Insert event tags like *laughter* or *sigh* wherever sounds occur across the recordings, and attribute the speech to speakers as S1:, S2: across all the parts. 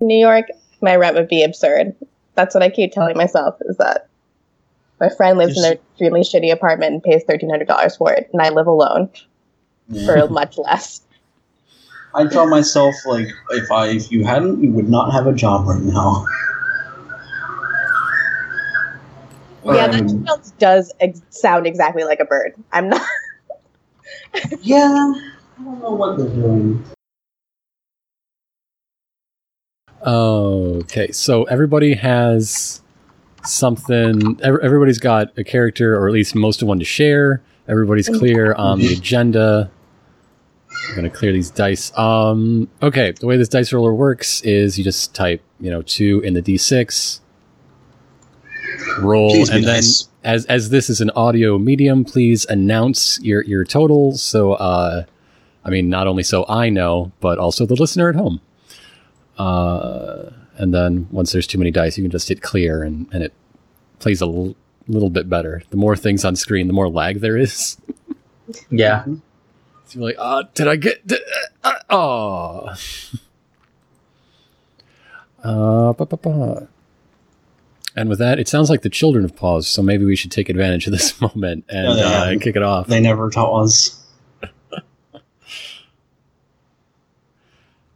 S1: New York, my rent would be absurd. That's what I keep telling myself is that my friend lives in an extremely shitty apartment and pays $1,300 for it, and I live alone for much less.
S2: I tell myself like if I if you hadn't you would not have a job right now.
S1: yeah, that
S2: Um,
S1: child does ex- sound exactly like a bird. I'm not. *laughs*
S2: yeah. I don't know what they're doing.
S3: Okay, so everybody has something. ev- Everybody's got a character, or at least most of one to share. Everybody's clear on the agenda. I'm gonna clear these dice. Um, okay, the way this dice roller works is you just type, you know, two in the d6, roll,
S2: Please be
S3: and then
S2: nice.
S3: as as this is an audio medium, please announce your your total. So, uh, I mean, not only so I know, but also the listener at home. Uh, and then once there's too many dice, you can just hit clear, and and it plays a l- little bit better. The more things on screen, the more lag there is.
S4: Yeah.
S3: So you're like, ah, did I get? Did, uh, uh, oh. Uh, ba, ba, ba. And with that, it sounds like the children have paused, so maybe we should take advantage of this *laughs* moment and
S2: No, they
S3: uh,
S2: haven't.
S3: kick it off.
S2: They never taught us.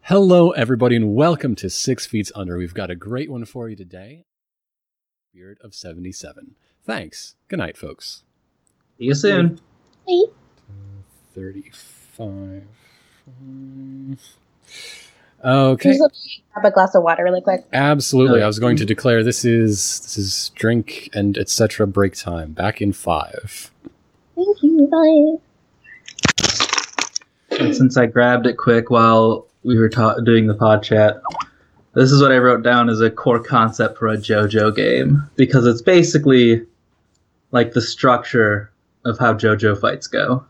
S3: Hello, everybody, and welcome to Six Feet Under. We've got a great one for you today. Spirit of 77. Thanks. Good night, folks.
S4: See you soon.
S3: 35. Okay.
S1: Just let me grab a glass of water really quick.
S3: Absolutely.
S4: Oh.
S3: I was going to declare this is this is drink and etc. break time. Back in five.
S1: Thank you. Bye.
S4: And since I grabbed it quick while we were ta- doing the pod chat, this is what I wrote down as a core concept for a JoJo game because it's basically like the structure of how JoJo fights go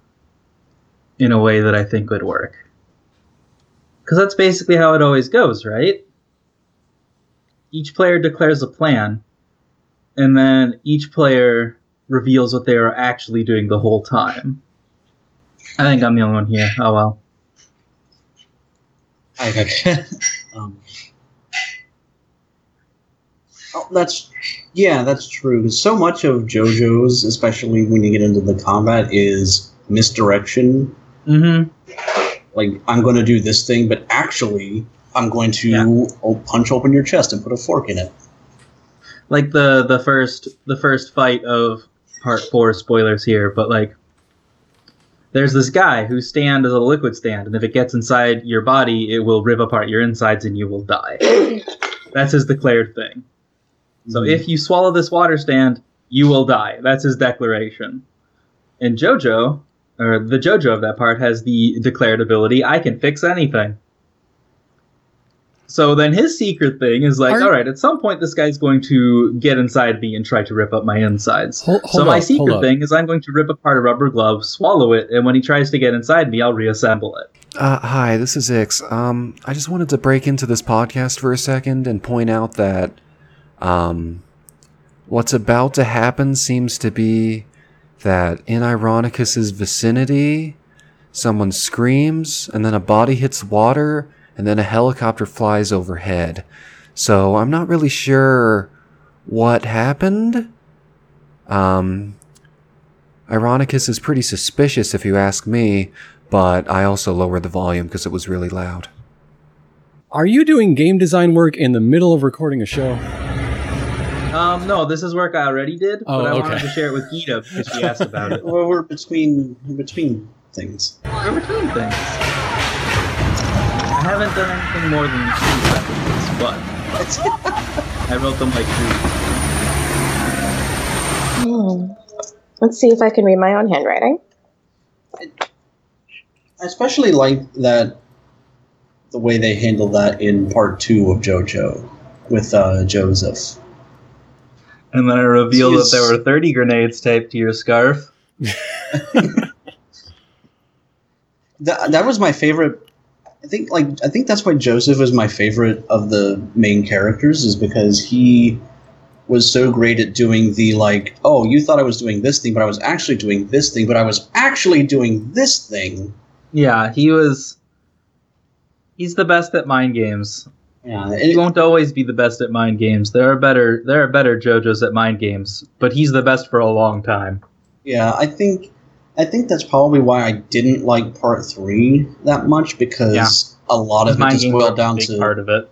S4: in a way that I think would work. Because that's basically how it always goes, right? Each player declares a plan, and then each player reveals what they are actually doing the whole time. I think I'm the only one here. Oh well.
S2: I got *laughs* um, oh, that's yeah, that's true. 'Cause So much of JoJo's, especially when you get into the combat, is misdirection
S4: Mm-hmm.
S2: like I'm going to do this thing, but actually I'm going to
S4: Yeah.
S2: o- punch open your chest and put a fork in it.
S4: Like the the first the first fight of part four. Spoilers here, but like, there's this guy whose stand is a liquid stand, and if it gets inside your body, it will rip apart your insides, and you will die. That's his declared thing. So
S3: Hmm.
S4: if you swallow this water stand, you will die. That's his declaration. And JoJo, or the JoJo of that part, has the declared ability I can fix anything. So then his secret thing is like,
S3: Are-
S4: all right, at some point this guy's going to get inside me and try to rip up my insides.
S3: Hold,
S4: so
S3: hold
S4: my
S3: up, hold
S4: secret
S3: up.
S4: thing is I'm going to rip apart a rubber glove, swallow it, and when he tries to get inside me, I'll reassemble it.
S5: Uh, hi, this is Ix. Um, I just wanted to break into this podcast for a second and point out that um, what's about to happen seems to be that in Ironicus's vicinity, someone screams, and then a body hits water, and then a helicopter flies overhead. So I'm not really sure what happened. Um, Ironicus is pretty suspicious, if you ask me but I also lowered the volume because it was really loud.
S3: Are you doing game design work in the middle of recording a show?
S4: Um, no, this is work I already did,
S3: Oh,
S4: but I
S3: okay.
S4: wanted to share it with Gita because she asked about it.
S2: well, we're between we're between things.
S4: We're between things. I haven't done anything more than two sentences, but I wrote them like three.
S1: Hmm. Let's see if I can read my own handwriting.
S2: I especially like that the way they handle that in part two of JoJo with uh, Joseph.
S4: And then I revealed
S2: that there
S4: were 30 grenades taped to your scarf.
S2: That that was my favorite. I think like I think that's why Joseph is my favorite of the main characters is because he was so great at doing the like oh you thought I was doing this thing but I was actually doing this thing but I was actually doing this thing
S4: Yeah, he was. He's the best at mind games.
S2: Yeah,
S4: He
S2: it,
S4: won't always be the best at mind games. There are better there are better JoJos at mind games, but he's the best for a long time.
S2: yeah. I think I think that's probably why I didn't like part three that much because
S4: Yeah.
S2: a lot of it
S4: mind
S2: just
S4: games
S2: boiled
S4: are
S2: down
S4: a big
S2: to
S4: part of it.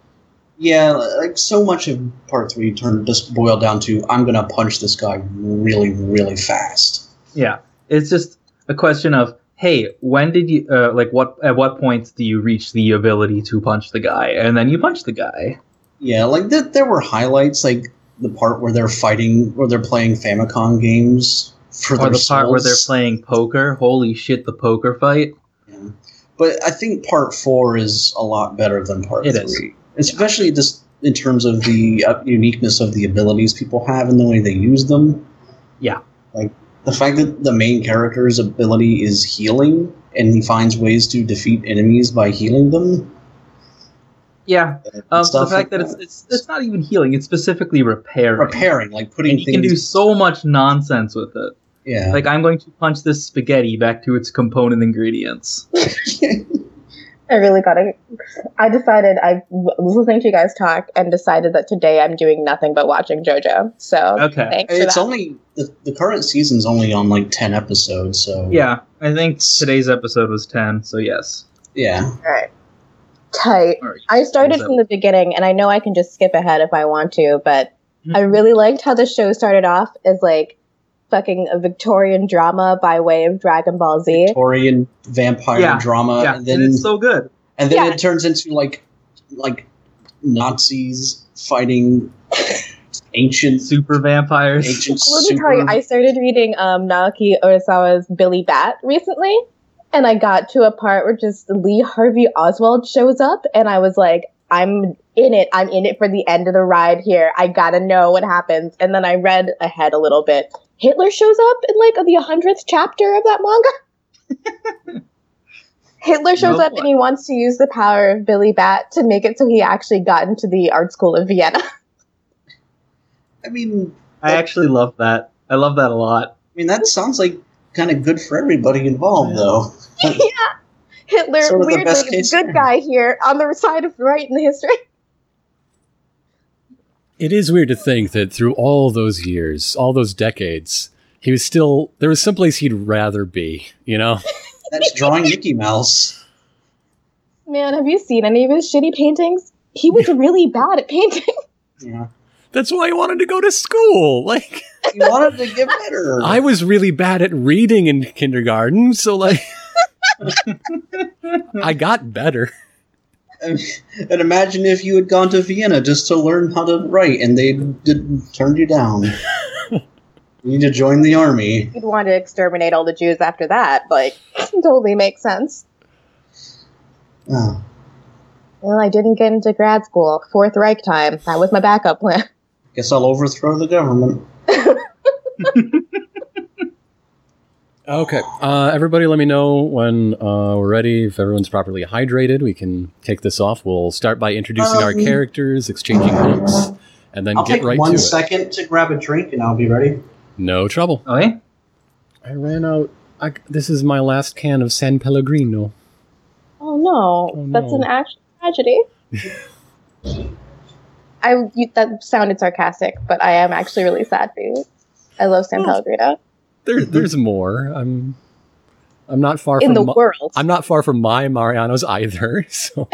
S2: yeah, like so much of part three turned just boiled down to I'm gonna punch this guy really really fast.
S4: Yeah, it's just a question of hey, when did you uh, like what at what point do you reach the ability to punch the guy, and then you punch the guy.
S2: Yeah, like th- there were highlights like the part where they're fighting or they're playing Famicom games for
S4: Or
S2: their
S4: the part where they're
S2: souls.
S4: playing poker. Holy shit, the poker fight!
S2: But I think part four is a lot better than part
S4: It is.
S2: three, especially just in terms of the uh, uniqueness of the abilities people have and the way they use them.
S4: Yeah.
S2: like the fact that the main character's ability is healing and he finds ways to defeat enemies by healing them.
S4: Yeah,
S2: and
S4: um, the
S2: stuff like
S4: fact that it's, it's it's not even healing; it's specifically repairing.
S2: repairing, like putting
S4: And you
S2: things.
S4: can do so much nonsense with it.
S2: yeah,
S4: Like I'm going to punch this spaghetti back to its component ingredients.
S1: I really got to I decided I was listening to you guys talk and decided that today I'm doing nothing but watching JoJo. So
S4: Okay.
S1: thanks for
S2: it's
S1: that.
S2: only the, the current season's only on like ten episodes, so
S4: Yeah, I think today's episode was ten. So yes.
S2: yeah.
S1: All right. Tight.
S4: All right.
S1: I started
S4: Who's
S1: from the beginning, and I know I can just skip ahead if I want to, but
S4: Mhm.
S1: I really liked how the show started off as like fucking a Victorian drama by way of Dragon Ball Z.
S2: Victorian vampire
S4: Yeah,
S2: drama,
S4: yeah,
S2: and then
S4: Uh, and it's so good.
S2: and then
S1: Yeah.
S2: it turns into like like Nazis fighting ancient
S4: Super vampires.
S2: ancient
S1: Let me tell you,
S2: super.
S1: I started reading um, Naoki Urasawa's Billy Bat recently, and I got to a part where just Lee Harvey Oswald shows up, and I was like, I'm in it. I'm in it for the end of the ride here. I gotta know what happens. And then I read ahead a little bit. Hitler shows up in like the 100th chapter of that manga. *laughs* Hitler shows
S4: No
S1: up
S4: way.
S1: and he wants to use the power of Billy Bat to make it so he actually got into the art school of Vienna.
S2: I mean,
S4: I actually love that. I love that a lot.
S2: I mean that sounds like kind of good for everybody involved, though.
S1: yeah. Hitler,
S2: Sort of the
S1: weirdly,
S2: best
S1: the
S2: case
S1: good
S2: scenario.
S1: guy here on the side of right in the history. *laughs*
S3: It is weird to think that through all those years, all those decades, he was still there was someplace he'd rather be, you know? *laughs*
S2: That's drawing Mickey Mouse.
S1: Man, have you seen any of his shitty paintings? He was really bad at painting.
S2: Yeah,
S3: That's why he wanted to go to school. *laughs* Like
S2: he wanted to get better.
S4: *laughs*
S3: I was really bad at reading in kindergarten, so like *laughs* I got better.
S2: and imagine if you had gone to Vienna just to learn how to write, and they did, turned you
S3: *laughs*
S2: down. you need to join the army.
S1: He'd want to exterminate all the Jews after that. Like, *laughs* totally makes sense.
S2: Oh.
S1: Well, I didn't get into grad school. Fourth Reich time. That was my backup plan. *laughs*
S2: Guess I'll overthrow the government.
S3: Okay. Uh, everybody, let me know when uh, we're ready. If everyone's properly hydrated, we can kick this off. We'll start by introducing our
S2: Um,
S3: characters, exchanging looks, and then
S2: I'll
S3: get
S2: take
S3: right
S2: one
S3: to
S2: second to grab a drink, and I'll be ready.
S3: it. No trouble.
S4: Okay.
S3: I ran out. I, this is my last can of San Pellegrino.
S1: Oh no,
S3: Oh,
S1: that's
S3: no.
S1: an actual tragedy. *laughs* I you, that sounded sarcastic, but I am actually really sad for you. I love San
S3: Oh.
S1: Pellegrino
S3: There, there's more. I'm, I'm not far
S1: in
S3: from
S1: the
S3: mi-
S1: world.
S3: I'm not far from my Marianos either. *laughs* So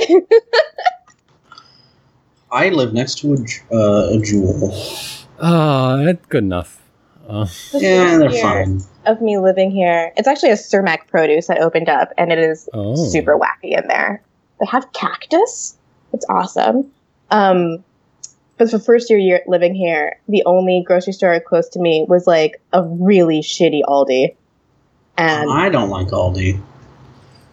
S2: I live next to a, ju- uh, a jewel.
S3: ah, that's good enough. Uh,
S1: This
S2: Yeah,
S1: is
S2: they're
S1: weird.
S2: fine.
S1: of me living here. It's actually a Cermak produce that opened up, and it is
S3: oh,
S1: super wacky in there. They have cactus. It's awesome. Um, but for first year, year living here, the only grocery store close to me was like a really shitty Aldi, and
S2: I don't like Aldi.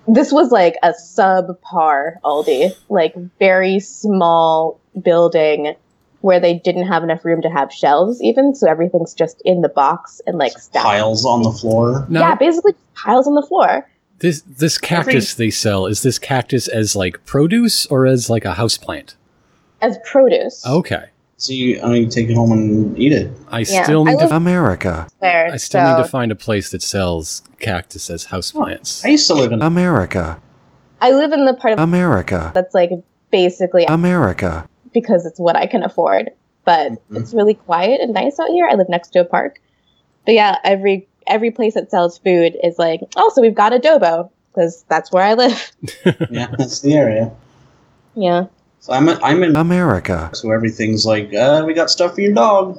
S1: this was like a subpar Aldi, like very small building where they didn't have enough room to have shelves even, so everything's just in the box and like stacked.
S2: Piles on the floor.
S3: Now,
S1: Yeah, basically piles on the floor.
S3: this this cactus they sell is this cactus as like produce or as like a house plant?
S1: as produce.
S3: Okay.
S2: So you, I mean, take it home and eat it.
S3: I
S1: Yeah,
S3: still
S1: I
S3: need to
S1: love-
S5: America.
S1: There,
S3: I still
S1: so Oh,
S3: need to find a place that sells cactus as houseplants.
S5: *laughs*
S2: I used to live in.
S5: America.
S3: Um,
S1: I live in the part of
S5: America.
S1: that's like basically
S5: America.
S1: because it's what I can afford. But
S2: Mhm.
S1: it's really quiet and nice out here. I live next to a park. But yeah, every every place that sells food is like, oh, so we've got adobo because that's where I live. *laughs*
S2: yeah, that's the area.
S1: Yeah, *laughs*
S2: So I'm I'm in.
S5: America.
S2: So everything's like, uh, we got stuff for your dog.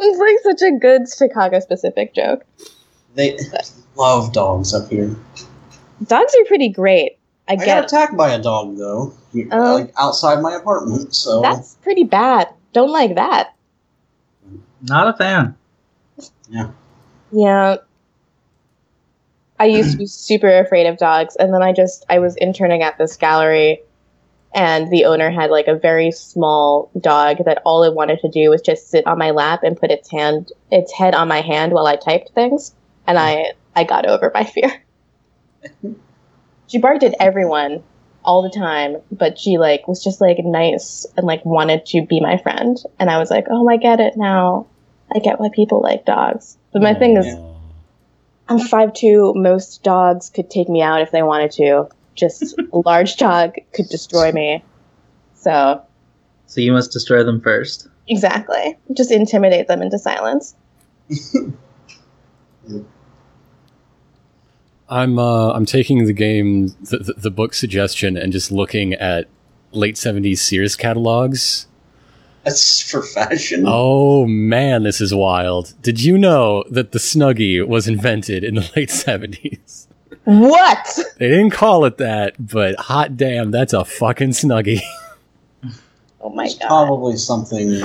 S1: it's like such a good Chicago specific joke.
S2: They *laughs* love dogs up here.
S1: Dogs are pretty great. I
S2: I got
S1: get
S2: attacked by a dog though,
S1: Oh.
S2: like outside my apartment. So
S1: that's pretty bad. Don't like that.
S4: Not a fan.
S1: Yeah. I used to be super afraid of dogs and then I just I was interning at this gallery and the owner had like a very small dog that all it wanted to do was just sit on my lap and put its hand its head on my hand while I typed things and I I got over my fear. she barked at everyone all the time, but she like was just like nice and like wanted to be my friend and I was like, "Oh, I get it now. I get why people like dogs." But my thing is
S3: Oh.
S1: I'm five two. Most dogs could take me out if they wanted to. Just a large dog could destroy me. So
S4: So you must destroy them first.
S1: exactly, just intimidate them into silence.
S3: I'm uh, I'm taking the game the, the, the book suggestion and just looking at late 70s Sears catalogs.
S2: *laughs* that's for fashion.
S3: Oh man, this is wild. Did you know that the Snuggie was invented in the *laughs* late 70s?
S1: What?
S3: They didn't call it that, but hot damn, that's a fucking Snuggie.
S1: Oh my
S2: It's
S1: god!
S2: probably something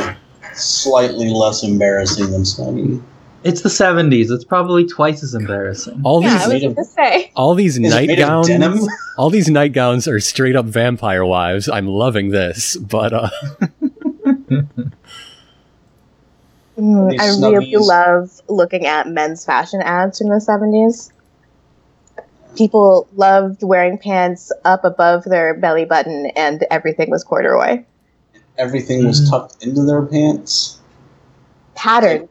S2: slightly less embarrassing than Snuggie.
S4: It's the 70s. It's probably twice as embarrassing.
S3: All
S1: Yeah, I
S3: these
S1: was
S2: made of-
S1: gonna say.
S3: all these
S2: Is it made of
S3: nightgowns
S2: denim?
S3: all these nightgowns are straight up vampire wives. I'm loving this, but uh
S1: Mm, I
S2: These
S1: really
S2: Snuggies.
S1: love looking at men's fashion ads from the seventies. People loved wearing pants up above their belly button, and everything was corduroy
S2: Everything was
S1: Mm.
S4: Mhm.
S2: tucked into their pants.
S1: patterns.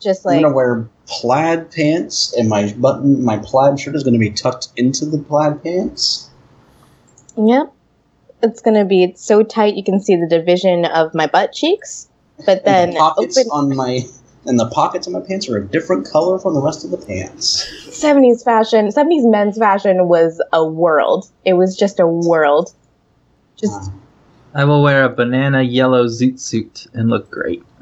S1: Just
S2: I'm
S1: like
S2: gonna wear plaid pants, and my button, my plaid shirt is gonna be tucked into the plaid pants.
S1: Yep. It's going to be so tight you can see the division of my butt cheeks. But
S2: And
S1: then
S2: the pockets
S1: open
S2: on my and the pockets on my pants are a different color from the rest of the pants.
S1: 70s fashion, 70s men's fashion was a world. It was just a world. Just
S4: I will wear a banana yellow zoot suit and look great.
S1: *gasps*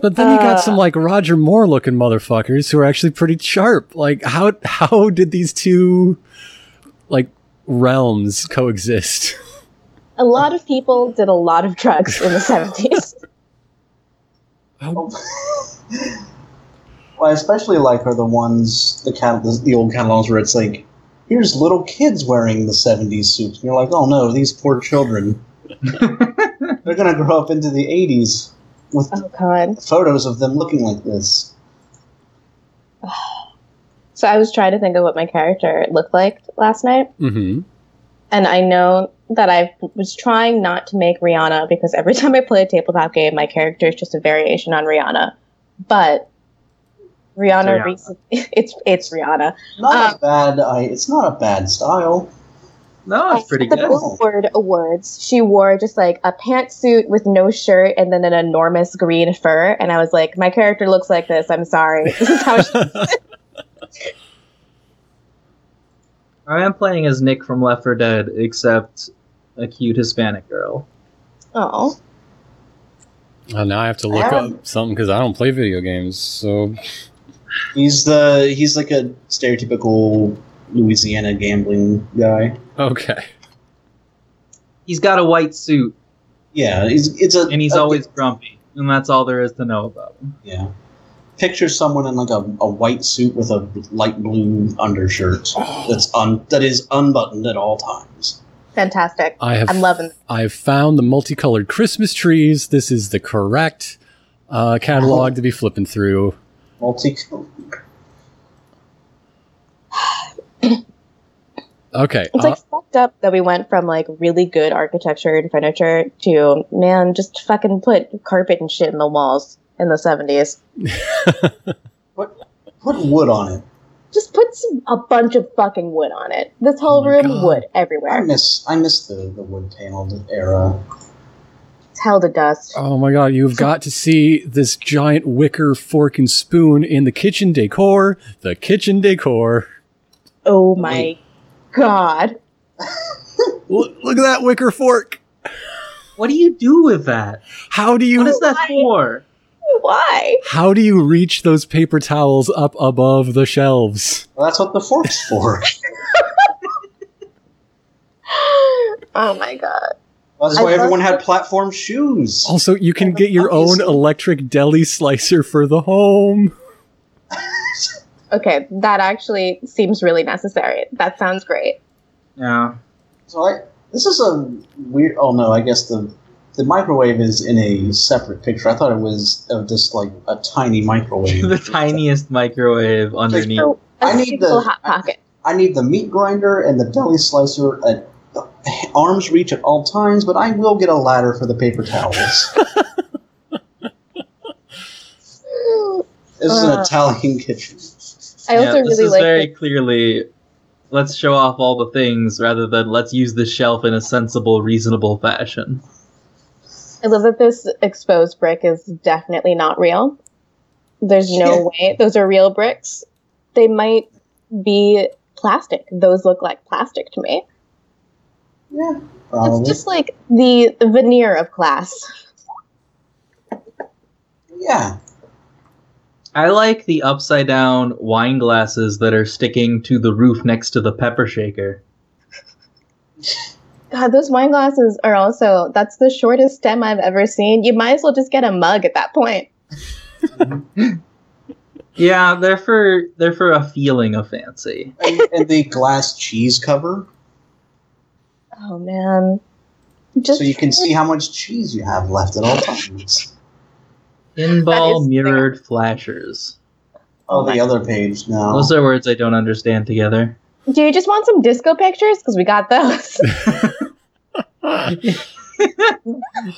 S3: But then you
S1: Uh,
S3: got some like Roger Moore looking motherfuckers who are actually pretty sharp. Like how how did these two like realms coexist? *laughs*
S1: a lot of people did a lot of drugs
S3: *laughs*
S1: in the 70s.
S2: *laughs* What I especially like are the ones the cat the, the old catalogs where it's like, here's little kids wearing the '70s suits, and you're like, oh no, these poor children.
S4: *laughs*
S2: They're gonna grow up into the '80s with
S1: Oh god.
S2: photos of them looking like this.
S1: So I was trying to think of what my character looked like last night. *laughs*
S3: Mm-hmm.
S1: and I know that I was trying not to make Rihanna because every *laughs* time I play a tabletop game, my character is just a variation on Rihanna. But Rihanna,
S4: Rihanna.
S1: recent- *laughs* it's it's Rihanna.
S2: Not
S1: Uh,
S2: a bad. I, it's not a bad style.
S4: No, Oh, it's pretty
S1: At the
S4: good.
S1: Billboard Awards, she wore just like a pantsuit with no shirt and then an enormous green fur, and I was like, my character looks like this. I'm sorry. *laughs* This is how she-
S3: Oh,
S4: I am playing as Nick from Left 4 Dead, except a cute Hispanic girl.
S1: oh,
S3: now I have to look
S2: Um,
S3: up something because I don't play video games. So
S2: He's the he's like a stereotypical Louisiana gambling guy.
S3: okay,
S4: He's got a white suit,
S2: Yeah, he's it's a
S4: and he's
S2: a-
S4: always grumpy, and that's all there is to know about him.
S2: yeah. Picture someone in like a, a white suit with a light blue undershirt
S1: Oh.
S2: that's un that is unbuttoned at all times.
S1: fantastic!
S3: I have
S1: I'm loving.
S3: I have found the multicolored Christmas trees. This is the correct uh, catalog to be flipping through.
S2: Multicolored.
S3: Okay,
S1: It's
S3: uh,
S1: like fucked up that we went from like really good architecture and furniture to man, just fucking put carpet and shit in the walls in the seventies.
S2: Put wood on it.
S1: Just put some, a bunch of fucking wood on it. This
S3: Oh
S1: whole
S3: my
S1: room,
S3: God.
S1: wood
S2: I
S1: everywhere.
S2: miss I miss the, the wood paneled era.
S1: It's hell to dust.
S3: Oh my god, you've got to see this giant wicker fork and spoon in the kitchen decor. The kitchen decor.
S1: Oh my god. *laughs*
S3: Look, look at that wicker fork.
S4: What do you do with that?
S3: How do
S4: What
S3: you
S4: is that
S1: Why?
S4: for?
S1: Why? *gasps*
S3: how do you reach those paper towels up above the shelves?
S2: Well, that's what
S1: *laughs*
S2: the fork's for.
S1: Oh my god.
S2: That's
S1: I
S2: why
S1: love- Oh.
S2: everyone had platform shoes.
S3: Also, you can get your own
S2: Obviously.
S3: electric deli slicer for the home. *laughs*
S1: Okay, that actually seems really necessary. That sounds great.
S4: Yeah.
S2: So I, this is a weird. Oh no, I guess the the microwave is in a separate picture. I thought it was of just like a
S1: *laughs*
S2: tiny microwave.
S4: *laughs* the tiniest microwave underneath.
S1: So, a
S2: I need the-
S1: single hot
S2: I- *laughs*
S1: pocket.
S2: I need the meat grinder and the deli slicer at arm's reach at all times, but I will get a ladder for the paper
S1: *laughs*
S2: towels. this is an
S1: Uh.
S2: Italian kitchen.
S1: I also
S4: yeah, this
S1: really
S4: is
S1: like
S4: very
S1: the-
S4: clearly let's show off all the things rather than let's use the shelf in a sensible, reasonable fashion.
S1: I love that this exposed brick is definitely not real. There's no way those are real bricks. They might be plastic. Those look like plastic to me.
S2: Yeah,
S1: It's
S2: probably.
S1: just like the veneer of glass.
S2: yeah,
S4: I like the upside down wine glasses that are sticking to the roof next to the pepper shaker.
S1: God, those wine glasses are also that's the shortest stem I've ever seen. You might as well just get a mug at that point.
S4: Yeah, they're for they're for a feeling of fancy.
S2: and, and the glass cheese cover,
S1: Oh man. Just
S2: so you can see how much cheese you have left at all times.
S4: Pinball
S1: is-
S4: mirrored flashers.
S2: Oh, the other page now.
S4: Those are words I don't understand together.
S1: Do you just want some disco pictures? Because we got
S2: *laughs*
S1: those. Oh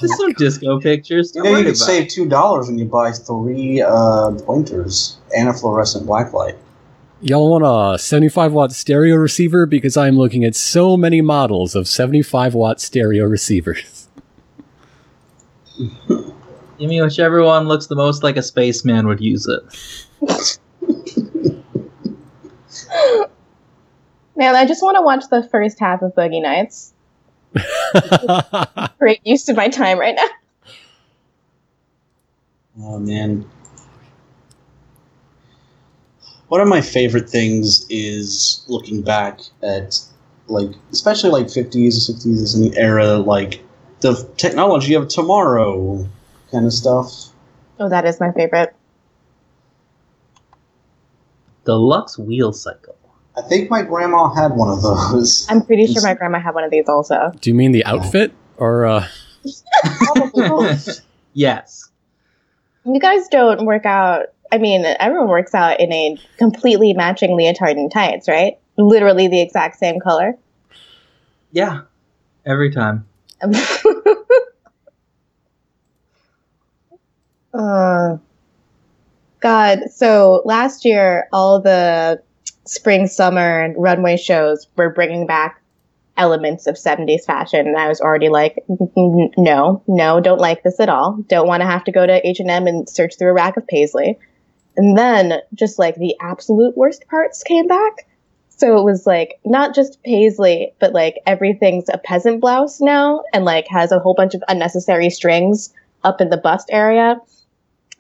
S4: Just some disco pictures.
S2: You
S4: Don't
S2: know, you
S4: worry
S2: could
S4: about it.
S2: save two dollars when you buy three uh, pointers and a fluorescent blacklight.
S3: Y'all want a 75 watt stereo receiver? Because I'm looking at so many models of 75 watt stereo receivers. *laughs*
S4: Give me whichever one looks the most like a spaceman would use it.
S1: Man, I just want to watch the first half of Boogie Nights. Great use of my time right now.
S2: Oh man. One of my favorite things is looking back at like especially like 50s and 60s is an era like the technology of tomorrow kind of stuff.
S1: Oh, that is my favorite.
S4: Deluxe wheel cycle.
S2: I think my grandma had one of those.
S1: I'm pretty sure my grandma had one of these also.
S3: Do you mean the outfit? Or, uh,
S2: *laughs* Probably both.
S4: Yes.
S1: You guys don't work out. I mean, everyone works out in a completely matching leotard and tights, right? Literally the exact same color.
S4: Yeah. Every time.
S1: *laughs* uh, God, so last year, all the spring, summer, and runway shows were bringing back elements of 70s fashion and i was already like "N- n- no no don't like this at all don't want to have to go to h&m and search through a rack of paisley and then just like the absolute worst parts came back so it was like not just paisley but like everything's a peasant blouse now and like has a whole bunch of unnecessary strings up in the bust area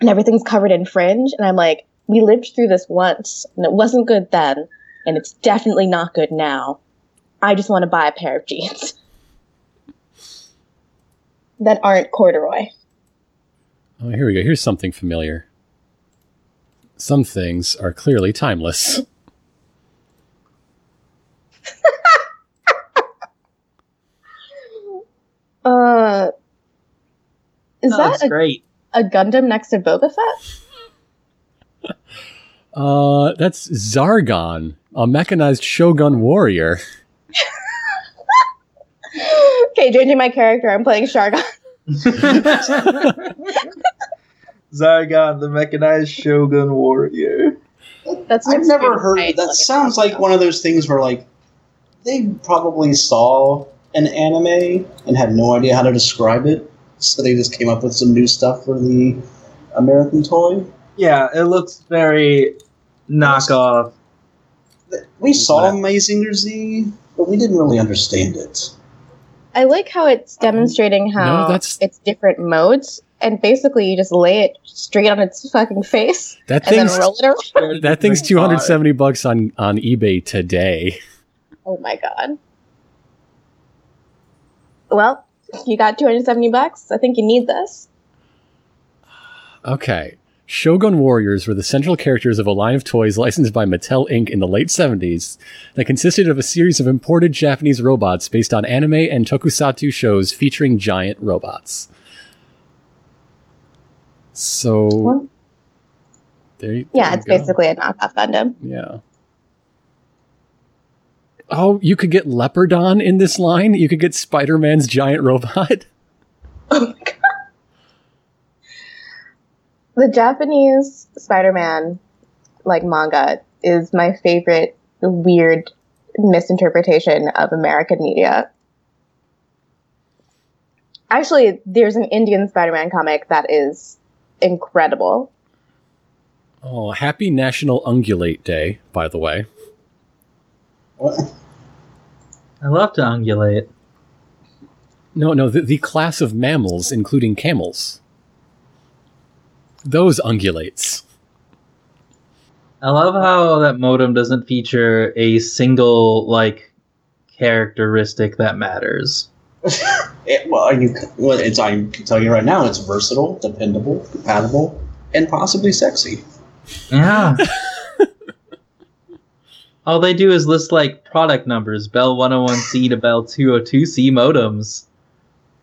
S1: and everything's covered in fringe and i'm like we lived through this once and it wasn't good then and it's definitely not good now i just want to buy a pair of jeans that aren't corduroy
S3: oh, here we go. Here's something familiar. Some things are clearly timeless.
S1: uh is
S4: Oh,
S1: that
S4: it's
S1: a, *laughs*
S4: great. *laughs*
S1: a gundam next to boba fett *gasps*
S3: Uh, that's Zargon, a mechanized shogun warrior.
S1: okay changing my character i'm playing shargon
S4: Zargon, the mechanized shogun warrior.
S1: That's
S2: I've
S1: an
S2: never
S1: experience
S2: heard.
S1: I
S2: That
S1: like
S2: sounds
S1: about
S2: like one of those things where like they probably saw an anime and had no idea how to describe it, so they just came up with some new stuff for the American toy.
S4: Yeah, it looks very knockoff.
S2: We saw
S4: Whatever.
S2: Amazing Z, but we didn't really understand it.
S1: I like how it's demonstrating how
S3: No, that's-
S1: it's different modes, and basically you just lay it straight on its fucking face
S3: That
S1: and then
S3: thing's
S1: roll it around. *laughs*
S3: that thing's two hundred seventy bucks on on eBay today.
S1: Oh my god. Well, you got 270 bucks. I think you need this.
S3: Okay. Shogun Warriors were the central characters of a line of toys licensed by Mattel Inc. in the late 70s that consisted of a series of imported Japanese robots based on anime and tokusatsu shows featuring giant robots. So.
S1: Well-
S3: there you,
S1: Yeah,
S3: there you
S1: it's
S3: go.
S1: basically a knockoff Gundam.
S3: Yeah. Oh, you could get Leopardon in this line. You could get Spider Man's giant robot. *laughs*
S1: Oh my god. The Japanese Spider-Man like manga is my favorite weird misinterpretation of American media. Actually, there's an Indian Spider-Man comic that is incredible.
S3: Oh, happy National Ungulate Day, by the way.
S2: What?
S4: I love to ungulate.
S3: No, no, the, the class of mammals, including camels. Those ungulates.
S4: I love how that modem doesn't feature a single like characteristic that matters.
S2: It, Eh, well, you, well, it's I can tell you right now, it's versatile, dependable, compatible, and possibly sexy.
S4: *laughs* Yeah. All they do is list like product numbers, Bell 101C to Bell 202C modems.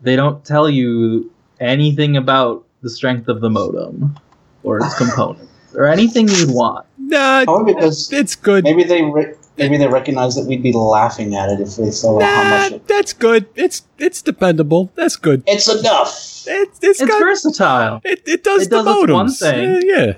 S4: They don't tell you anything about the strength of the modem or its components or anything you'd want.
S3: Nah,
S4: Oh,
S2: Probably because
S3: it's good.
S2: maybe they re- maybe they recognize that we'd be laughing at it if they saw how
S3: Nah,
S2: much. It,
S3: that's good. It's it's dependable. That's good.
S2: it's enough.
S3: It,
S4: It's,
S3: it's got,
S4: versatile.
S3: it, it does
S4: it
S3: the
S4: does its one
S3: modems.
S4: thing.
S3: Uh, yeah.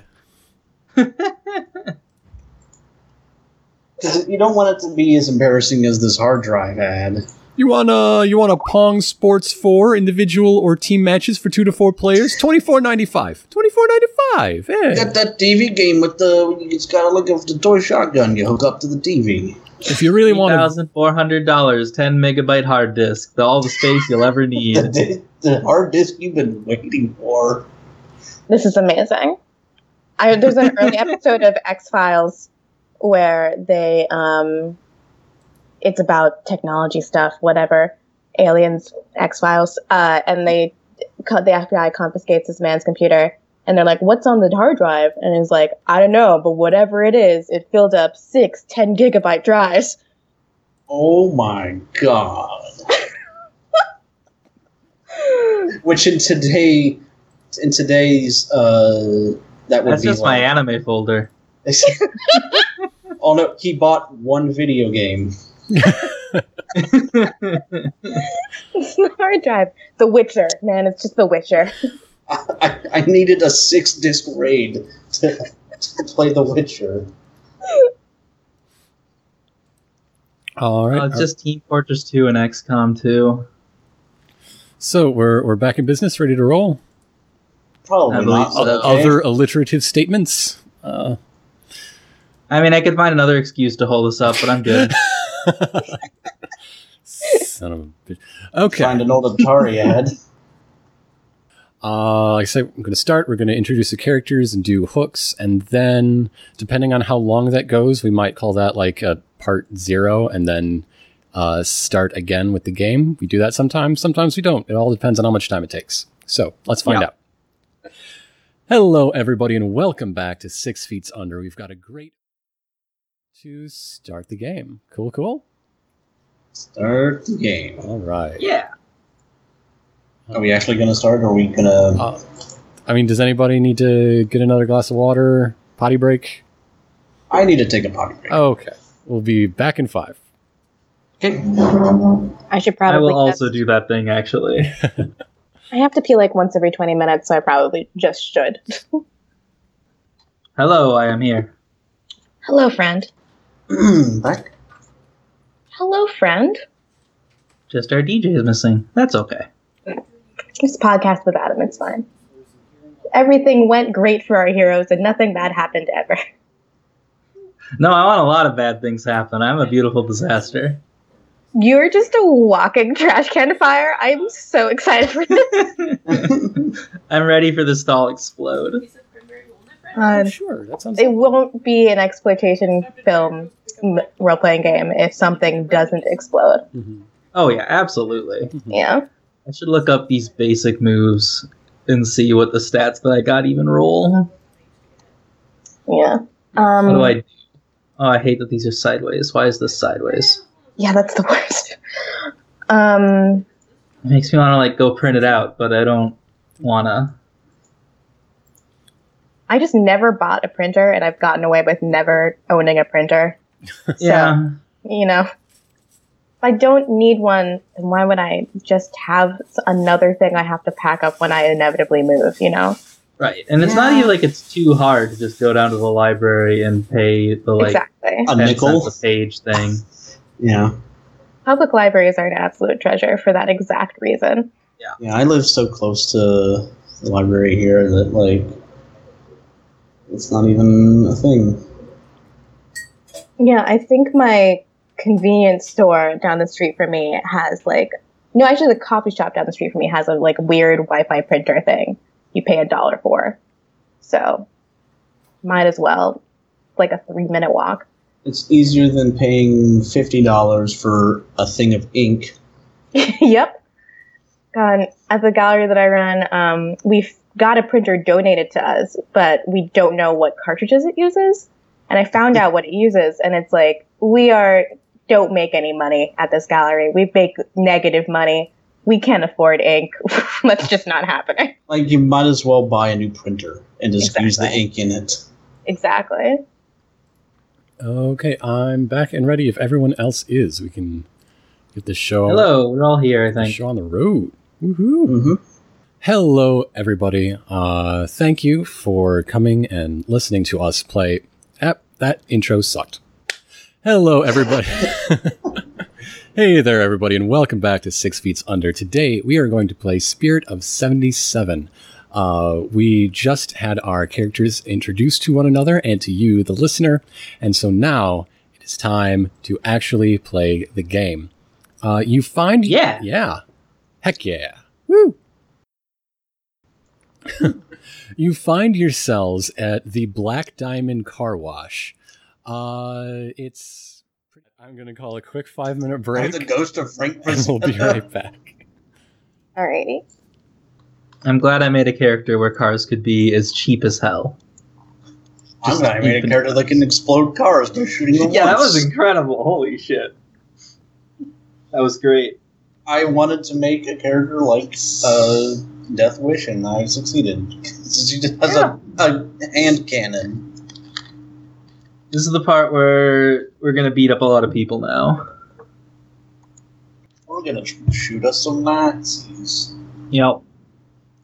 S2: Because you don't want it to be as embarrassing as this hard drive ad.
S3: You want a you want a Pong Sports Four individual or team matches for two to four players? Twenty four ninety five. Twenty four ninety five. Yeah.
S2: Got that TV game with the it's gotta look at the toy shotgun you hook up to the TV.
S3: If you really want to,
S4: $1,400, 10 megabyte hard disk, all the space you'll *laughs* ever
S2: The,
S4: need.
S2: di- *laughs* the hard disk you've been waiting for.
S1: This is amazing. I, there's an *laughs* early episode of X Files where they, um, it's about technology stuff, whatever, aliens, X Files, uh, and they, co- the FBI confiscates this man's computer, and they're like, "What's on the hard drive?" And he's like, "I don't know, but whatever it is, it filled up six 10 gigabyte drives." *laughs*
S2: Oh my god. Which in today in today's uh that would
S4: That's
S2: be
S4: just my
S2: like,
S4: anime folder.
S2: *laughs* Oh no, he bought one video game.
S1: It's not a hard drive. The Witcher, man, it's just The Witcher.
S2: I, I needed a six disc raid to, to play The Witcher.
S3: all right.
S4: Uh, it's just Team Fortress 2 and XCOM 2.
S3: so we're we're back in business, ready to roll.
S4: I
S2: Probably
S4: believe
S2: not.
S4: so.
S2: okay.
S3: Other alliterative statements. Uh,
S4: I mean, I could find another excuse to hold us up, but I'm good.
S3: Son of a bitch. Okay.
S2: Find an old Atari ad.
S3: Uh, like I said, I'm going to start. We're going to introduce the characters and do hooks, and then depending on how long that goes, we might call that like a part zero, and then uh, start again with the game. We do that sometimes. Sometimes we don't. It all depends on how much time it takes. So let's find
S4: Yeah.
S3: out. Hello, everybody, and welcome back to Six Feet Under. We've got a great to start the game. Cool, cool.
S2: Start the game.
S3: All right.
S4: *laughs* yeah.
S2: Are we actually going to start? Or are we going to?
S3: Uh, I mean, does anybody need to get another glass of water? Potty break?
S2: I need to take a potty break.
S3: Okay. We'll be back in five.
S2: Okay.
S1: I should
S4: I
S1: probably.
S4: will also do that thing, actually. *laughs*
S1: I have to pee like once every 20 minutes, so I probably just should.
S4: Hello, I am here.
S1: Hello, friend.
S2: *clears throat* Back.
S1: Hello, friend.
S4: Just our DJ is missing. That's okay.
S1: This podcast with Adam, it's fine. Everything went great for our heroes, and nothing bad happened ever.
S4: No, I want a lot of bad things happen. I'm a beautiful disaster. *laughs*
S1: You're just a walking trash can fire. I'm so excited for this.
S4: I'm ready for this doll explode.
S1: *laughs* Um,
S3: sure, that sounds.
S1: it won't be an exploitation film role playing game if something doesn't explode.
S3: Mhm.
S4: Oh yeah, absolutely.
S1: Yeah.
S4: I should look up these basic moves and see what the stats that I got even roll.
S1: Yeah. Um,
S4: What do I do? Oh, I hate that these are sideways. Why is this sideways?
S1: Yeah, that's the *laughs* worst. Um,
S4: It makes me want to like go print it out, but I don't wanna.
S1: I just never bought a printer, and I've gotten away with never owning a printer.
S4: *laughs* Yeah.
S1: You know, if I don't need one, then why would I just have s- another thing I have to pack up when I inevitably move? You know,
S4: Right. And it's not
S2: Yeah.
S4: even like it's too hard to just go down to the library and pay the like
S1: exactly.
S2: A
S4: 10
S2: nickel.
S4: cents a page thing.
S2: Yeah.
S1: Public libraries are an absolute treasure for that exact reason.
S2: Yeah, I live so close to the library here that like it's not even a thing.
S1: Yeah, I think my convenience store down the street from me has like no, actually the coffee shop down the street from me has a like weird Wi-Fi printer thing you pay a dollar for. So might as well. It's like a three minute walk.
S2: It's easier than paying fifty dollars for a thing of ink.
S1: *laughs* yep. God, at the gallery that I run, um, we've got a printer donated to us, but we don't know what cartridges it uses. And I found out what it uses, and it's like we are don't make any money at this gallery. We make negative money. We can't afford ink. *laughs* That's just not happening. *laughs*
S2: Like you might as well buy a new printer and just use the
S1: Exactly.
S2: ink in it.
S1: Exactly.
S3: Okay, I'm back and ready. If everyone else is, we can get this show
S4: Hello, we're all here, I
S3: the
S4: think.
S3: show on the road. Woohoo!
S2: Mm-hmm.
S3: Hello, everybody. Uh, thank you for coming and listening to us play. App that intro sucked. Hello, everybody. *laughs* hey there, everybody, and welcome back to Six Feet Under. Today, we are going to play Spirit of 77. Uh, we just had our characters introduced to one another and to you, the listener, and so now it is time to actually play the game. Uh, you find.
S4: Yeah.
S3: Yeah. Heck yeah. Woo! you find yourselves at the Black Diamond Car Wash. Uh, it's. I'm going to call a quick five minute break.
S2: The ghost of Frank
S3: *laughs* and we'll be right back.
S1: Alrighty.
S4: I'm glad I made a character where cars could be as cheap as hell.
S2: I'm not even a character that can explode cars by shooting them once.
S4: incredible. Holy shit. That was great.
S2: I wanted to make a character like uh, Death Wish, and I succeeded. *laughs* she just has a, a hand cannon.
S4: This is the part where we're gonna beat up a lot of people now.
S2: We're gonna sh- shoot us some Nazis.
S4: Yep.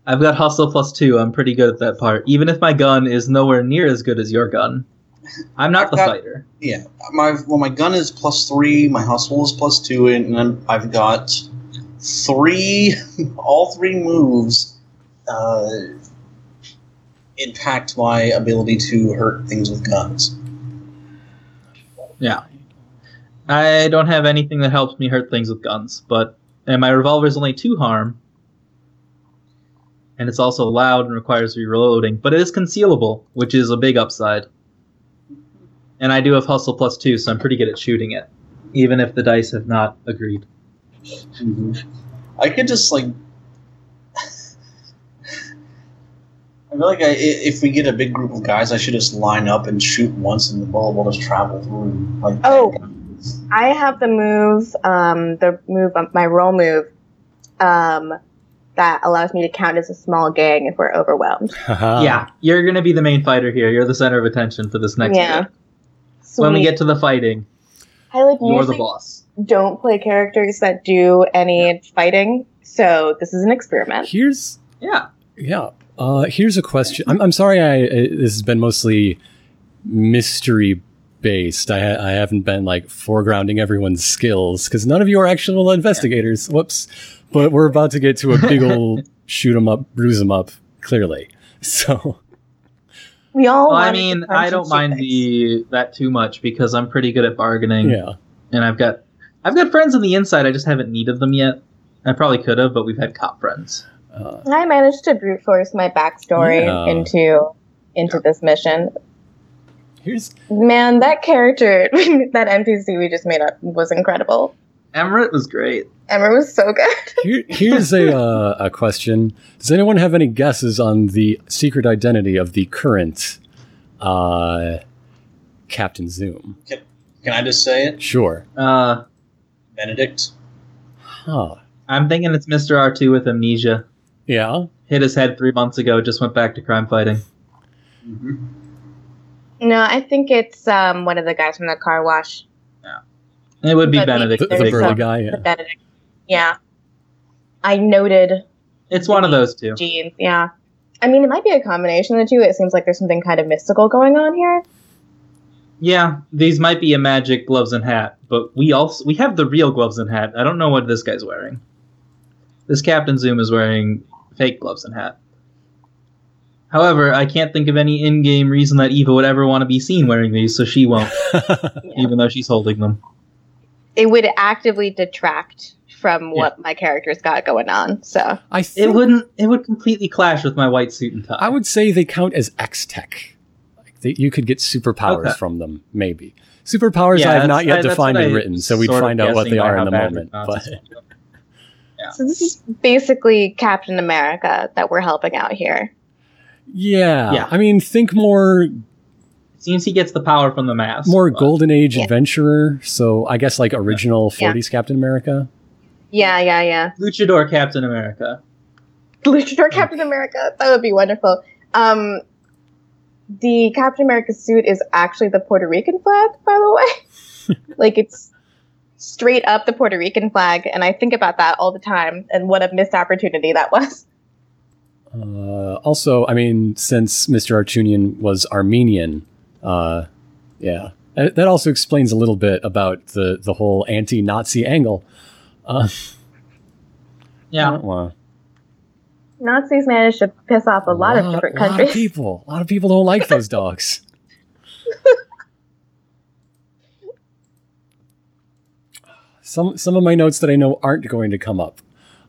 S4: I've got hustle plus two. I'm pretty good at that part, even if my gun is nowhere near as good as your gun. I'm not
S2: I've
S4: the
S2: got-
S4: fighter.
S2: Yeah, my well, my gun is plus three, my hustle is plus two, and then I've got three, *laughs* all three moves. Uh, impact my ability to hurt things with guns.
S4: I don't have anything that helps me hurt things with guns, but and my revolver's only two harm. And it's also loud and requires reloading, but it is concealable, which is a big upside. And I do have hustle plus two, so I'm pretty good at shooting it, even if the dice have not agreed.
S2: I could just like. I feel like I, i- if we get a big group of guys, I should just line up and shoot once, and the bullet will just travel through. Like
S1: Oh. I have the move, um, the move, my roll move, um, that allows me to count as a small gang if we're overwhelmed.
S3: Ah.
S4: yeah, you're gonna be the main fighter here. You're the center of attention for this next.
S1: Yeah.
S4: bit. When we
S1: Sweet.
S4: get to the fighting,
S1: I like
S4: you're the
S1: usually
S4: boss.
S1: don't play characters that do any fighting, so this is an experiment.
S3: Here's
S4: Yeah,
S3: Yeah. Uh, here's a question. I'm, I'm sorry. I uh, this has been mostly mystery based. I ha- I haven't been like foregrounding everyone's skills because none of you are actual investigators. Whoops! But we're about to get to a big old shoot 'em up, bruise 'em up. Clearly, *laughs* so
S1: We all.
S4: Well, I
S1: wanted to
S4: mean,
S1: punch
S4: I
S1: and
S4: don't
S1: shoot
S4: mind
S1: things.
S4: the that too much because I'm pretty good at bargaining,
S3: yeah.
S4: and I've got I've got friends on the inside. I just haven't needed them yet. I probably could have, but we've had cop friends.
S3: Uh,
S1: I managed to brute force my backstory
S3: Yeah.
S1: into into this mission.
S3: here's
S1: Man, that character, *laughs* that NPC we just made up was incredible.
S4: Emirate was great.
S1: Emmer was so good. *laughs*
S3: here, here's a uh, a question. Does anyone have any guesses on the secret identity of the current uh, Captain Zoom?
S2: Can I just say it?
S3: Sure.
S4: Uh,
S2: Benedict.
S3: Huh.
S4: I'm thinking it's Mr. R2 with amnesia.
S3: Yeah.
S4: Hit his head three months ago. Just went back to crime fighting.
S3: Mm-hmm.
S2: Mhm.
S1: No, I think it's um, one of the guys from the car wash.
S4: It would be
S1: But
S4: Benedict.
S3: The,
S1: maybe
S3: the
S4: the
S1: there's
S4: big
S3: burly
S4: one.
S1: some-
S3: guy. Yeah.
S4: *laughs*
S1: The Benedict. Yeah. I noted
S4: It's one of those two.
S1: jeans. Yeah. I mean, it might be a combination of the two. It seems like there's something kind of mystical going on here.
S4: Yeah, these might be a magic gloves and hat, but we also we have the real gloves and hat. I don't know what this guy's wearing. This Captain Zoom is wearing fake gloves and hat. However, I can't think of any in-game reason that Eva would ever want to be seen wearing these, so she won't,
S1: Yeah.
S4: even though she's holding them.
S1: It would actively detract from what my character's got going on. So
S3: I think
S4: It wouldn't. It would completely clash with my white suit and tie.
S3: I would say they count as X Tech. Like they, you could get superpowers
S4: Okay.
S3: from them, maybe. Superpowers I
S4: Yeah,
S3: have
S4: that's-
S3: not yet
S4: I- that's
S3: defined
S4: what
S3: and
S4: I
S3: written, so we'd
S4: sort of
S3: find out what
S4: guessing
S3: they
S4: by
S3: are
S4: how
S3: in the
S4: bad
S3: moment.
S4: Rickon
S3: But
S4: is.
S1: So this is basically Captain America that we're helping out here.
S3: yeah.
S4: Yeah.
S3: I mean, think more
S4: it seems he gets the power from the mask.
S3: more
S4: but-
S3: golden age
S1: Yeah.
S3: adventurer. So I guess like original
S1: Yeah.
S3: '40s Captain America.
S1: Yeah, yeah, yeah. *laughs*
S4: Luchador Captain America.
S1: Luchador Captain America. That would be wonderful. Um, the Captain America suit is actually the Puerto Rican flag, by the *laughs* way. like it's straight up the Puerto Rican flag, and I think about that all the time. And what a missed opportunity that was. *laughs*
S3: Uh, also, I mean, since Mr. Artunian was Armenian, uh, yeah, Uh, that that also explains a little bit about the the whole anti-Nazi angle. Uh, *laughs*
S4: Yeah,
S3: wow.
S1: Nazis managed to piss off a lot, of different
S3: lot
S1: countries.
S3: people. A lot of people don't like those dogs.
S1: *laughs*
S3: some some of my notes that I know aren't going to come up.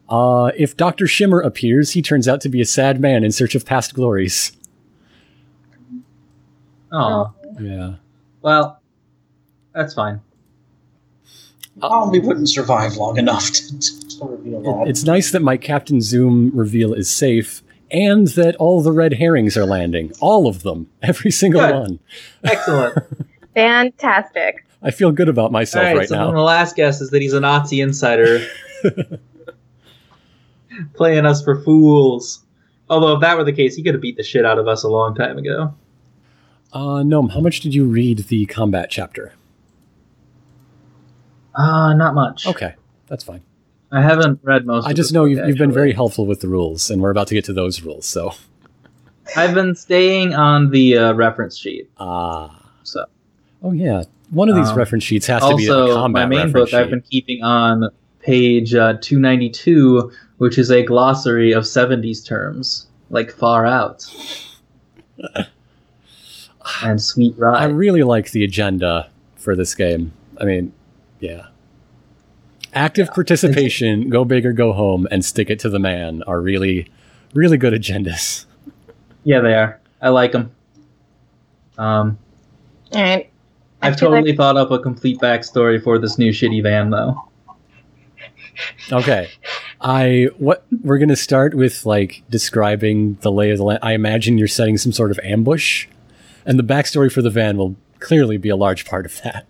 S3: Uh, if Doctor Shimmer appears, he turns out to be a sad man in search of past glories.
S4: oh
S3: Yeah.
S4: well, that's fine.
S2: Oh, we wouldn't survive long enough to, to, to reveal that.
S3: It- it's nice that my Captain Zoom reveal is safe and that all the red herrings are landing. All of them. *laughs* Every single
S4: Good.
S3: one. *laughs*
S4: Excellent.
S1: Fantastic.
S3: I feel good about myself right
S4: so
S3: now.
S4: then the last guess is that he's a Nazi
S3: *laughs*
S4: insider playing us for fools. Although if that were the case, he could have beat the shit out of us a long time ago.
S3: Uh, Gnome, how much did you read the combat chapter?
S4: Uh, not much.
S3: Okay, that's fine.
S4: I haven't read most.
S3: I
S4: of
S3: just
S4: this
S3: know
S4: book,
S3: you've, you've been
S4: actually.
S3: very helpful with the rules, and we're about to get to those rules. So,
S4: I've been staying on the uh, reference sheet.
S3: ah,
S4: So
S3: oh yeah, one of these
S4: Um,
S3: reference sheets has to be a
S4: also, my
S3: combat
S4: main
S3: reference
S4: book I've
S3: sheet.
S4: been keeping on page uh, two ninety two, which is a glossary of seventies terms like far out and sweet
S3: I
S4: ride.
S3: really like the agenda for this game. I mean, yeah, active participation, go big or go home, and stick it to the man are really, really good agendas.
S4: Yeah, they are. I like them. Um,
S1: All right. I
S4: I've
S1: feel
S4: totally thought up a complete backstory for this new shitty van, though.
S3: Okay. I what we're gonna start with like describing the lay of the land. I imagine you're setting some sort of ambush, and the backstory for the van will clearly be a large part of that.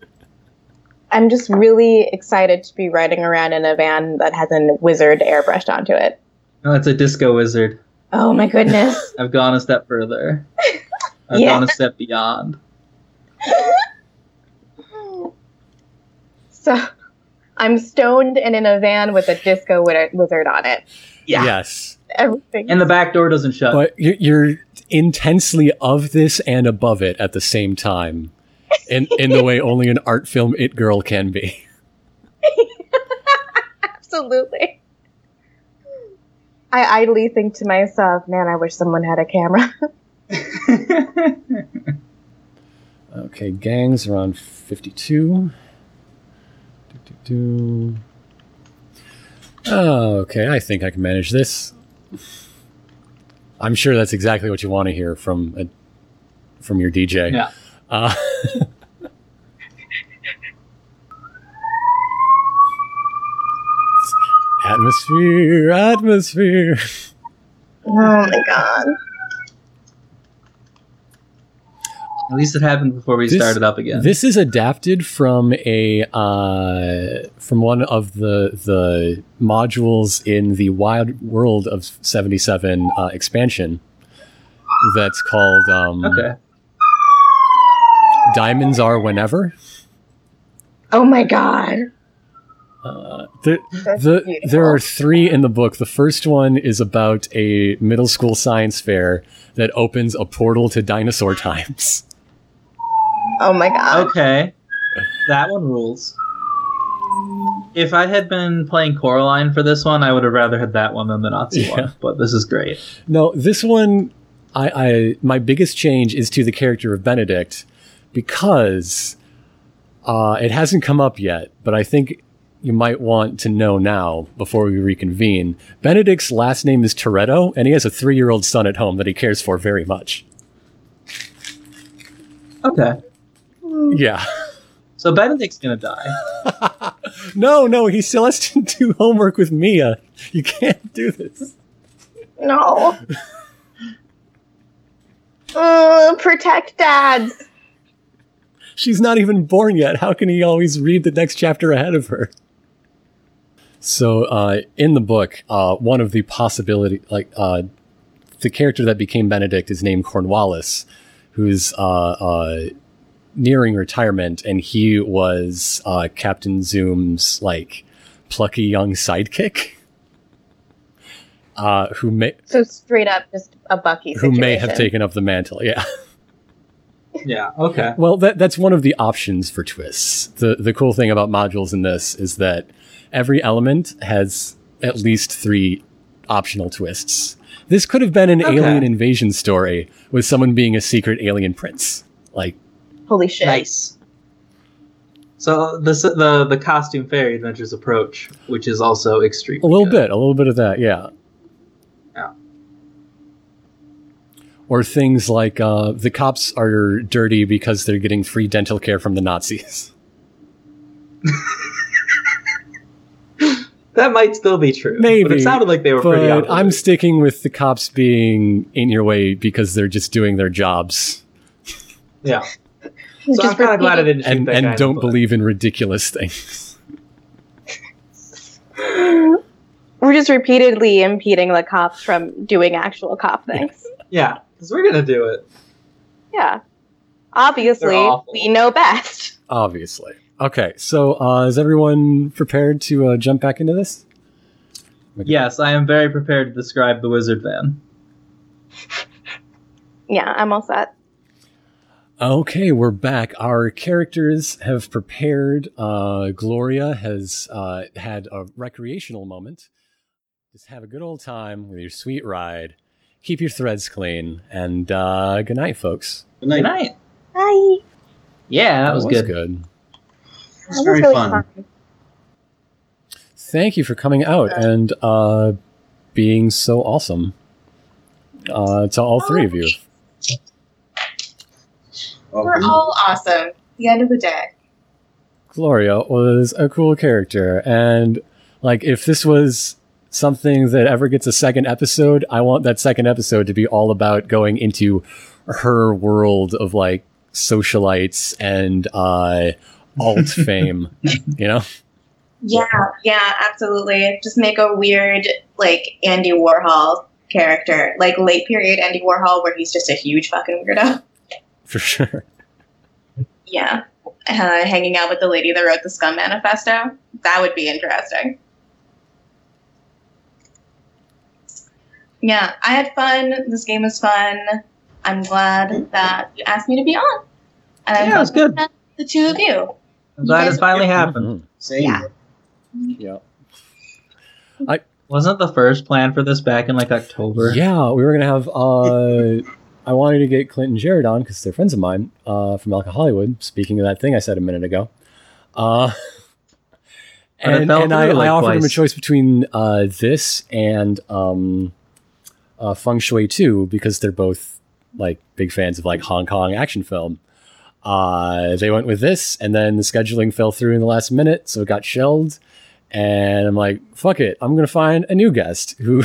S1: I'm just really excited to be riding around in a van that has a wizard airbrushed onto it.
S4: No, Oh, it's a disco wizard.
S1: Oh my
S4: *laughs*
S1: goodness.
S4: I've gone a step further. I've
S1: Yeah.
S4: gone a step beyond.
S1: so I'm stoned and in a van with a disco wi- wizard on it.
S4: Yeah.
S3: Yes,
S1: Everything.
S4: And the back door doesn't shut.
S3: but you're, you're intensely of this and above it at the same time, in in the way only an art film it girl can be.
S1: Absolutely. I idly think to myself, man, I wish someone had a camera. *laughs*
S3: Okay, gangs are on fifty-two. Do-do-do. Oh, okay, I think I can manage this. I'm sure that's exactly what you want to hear from a, from your DJ.
S4: Yeah.
S3: Uh, *laughs* atmosphere, atmosphere.
S1: oh my god.
S4: At least it happened before we
S3: This-
S4: started up again.
S3: This is adapted from a uh, from one of the the modules in the Wild World of seventy seven uh, expansion. That's called um,
S4: okay.
S3: "Diamonds Are Whenever."
S1: Oh my god.
S3: Uh, there,
S1: That's
S3: the,
S1: beautiful.
S3: there are three in the book. The first one is about a middle school science fair that opens a portal to dinosaur *laughs* times.
S1: Oh my god.
S4: Okay. That one rules. If I had been playing Coraline for this one, I would have rather had that one than the Nazi
S3: Yeah.
S4: one. But this is great.
S3: No, this one, I, I my biggest change is to the character of Benedict because uh, it hasn't come up yet, but I think you might want to know now before we reconvene. Benedict's last name is Toretto, and he has a three-year-old son at home that he cares for very much.
S4: Okay.
S3: Yeah. *laughs*
S4: So Benedict's gonna die.
S3: No, no, he still has to *laughs* do homework with Mia. You can't do this.
S1: *laughs* No. Mm, protect dads.
S3: She's not even born yet. How can he always read the next chapter ahead of her? So, uh, in the book, uh, one of the possibility, like uh, the character that became Benedict, is named Cornwallis, who's uh, uh, nearing retirement, and he was uh, Captain Zoom's like plucky young sidekick, uh, who may
S1: So straight up, just a Bucky
S3: who
S1: situation.
S3: may have taken up the mantle. Yeah.
S4: Yeah. Okay.
S3: Well, that, that's one of the options for twists. The the cool thing about modules in this is that every element has at least three optional twists. This could have been an
S4: Okay.
S3: alien invasion story with someone being a secret alien prince. Like,
S1: Holy shit.
S4: Nice. So this the the costume fairy adventures approach, which is also extreme.
S3: a little bit, a little bit of that, yeah.
S4: Yeah.
S3: Or things like uh, the cops are dirty because they're getting free dental care from the Nazis. *laughs*
S4: That might still be true. but
S3: Maybe,
S4: it sounded like they were pretty.
S3: But I'm
S4: optimistic.
S3: sticking with the cops being in your way because they're just doing their jobs
S4: yeah.
S1: Just
S4: So I'm kind of glad I
S1: repeating-
S4: didn't shoot
S3: and
S4: that guy in
S3: and
S4: the
S3: don't
S4: foot.
S3: believe in ridiculous things.
S1: *gasps* We're just repeatedly impeding the cops from doing actual cop things.
S4: Yeah, because we're gonna do it.
S1: Yeah. Obviously,
S4: They're awful.
S1: we know best.
S3: Obviously. Okay, so uh, is everyone prepared to uh, jump back into this?
S4: Yes, I am very prepared to describe the wizard van.
S1: Yeah, I'm all set.
S3: Okay, we're back. Our characters have prepared. Uh, Gloria has uh, had a recreational moment. Just have a good old time with your sweet ride. Keep your threads clean, and uh, good night, folks.
S2: Good night.
S4: Good night.
S1: Hi.
S4: Yeah, that was, good.
S3: good.
S2: It was very fun.
S3: Thank you for coming out and uh, being so awesome uh, to all three of you.
S6: We're
S2: Welcome.
S6: all awesome. The end of the day.
S3: Gloria was a cool character, and like if this was something that ever gets a second episode, I want that second episode to be all about going into her world of like socialites and uh, alt fame. You know,
S6: Yeah, yeah, absolutely. Just make a weird, like, Andy Warhol character, like late period Andy Warhol, where he's just a huge fucking weirdo. *laughs*
S3: for sure.
S6: Yeah. Uh, hanging out with the lady that wrote the Scum Manifesto. That would be interesting. Yeah, I had fun. This game was fun. I'm glad that you asked me to be on. And I'm
S4: Yeah, it's good.
S6: the two of *laughs* you.
S4: I'm glad it finally happened.
S3: Mhm.
S2: Same.
S6: Yeah.
S3: Yeah.
S4: Wasn't the first plan for this back in like October?
S3: Yeah, we were gonna have. Uh, I wanted to get Clint and Jared on because they're friends of mine uh, from Alka Hollywood. Speaking of that thing I said a minute ago, uh,
S4: But it
S3: and,
S4: fell
S3: and I,
S4: through,
S3: I
S4: like,
S3: offered him a
S4: twice.
S3: choice between uh, this and um, uh, Feng Shui Two because they're both like big fans of like Hong Kong action film. Uh, they went with this, and then the scheduling fell through in the last minute, so it got shelled. And I'm like, fuck it, I'm gonna find a new guest who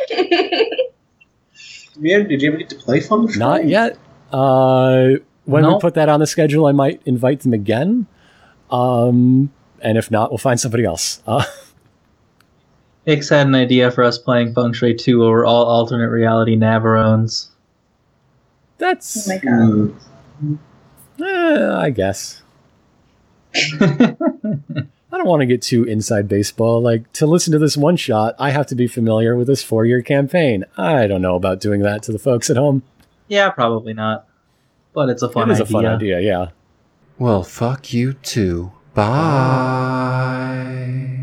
S6: Oh
S2: Yeah, Did you ever get to play Feng Shui?
S3: Not yet. Uh, when we
S4: No.
S3: put that on the schedule, I might invite them again. Um, and if not, we'll find somebody else. Uh, *laughs*
S4: Hicks had an idea for us playing Feng Shui 2 over all alternate reality Navarones.
S6: Oh
S3: that's,
S6: my god.
S2: Mm.
S3: eh, I guess. I don't want to get too inside baseball. Like to listen to this one shot, I have to be familiar with this four-year campaign. I don't know about doing that to the folks at home.
S4: *laughs* yeah, probably not. But it's a fun
S3: it is
S4: idea.
S3: a fun idea, yeah.
S5: Well, fuck you too. Bye.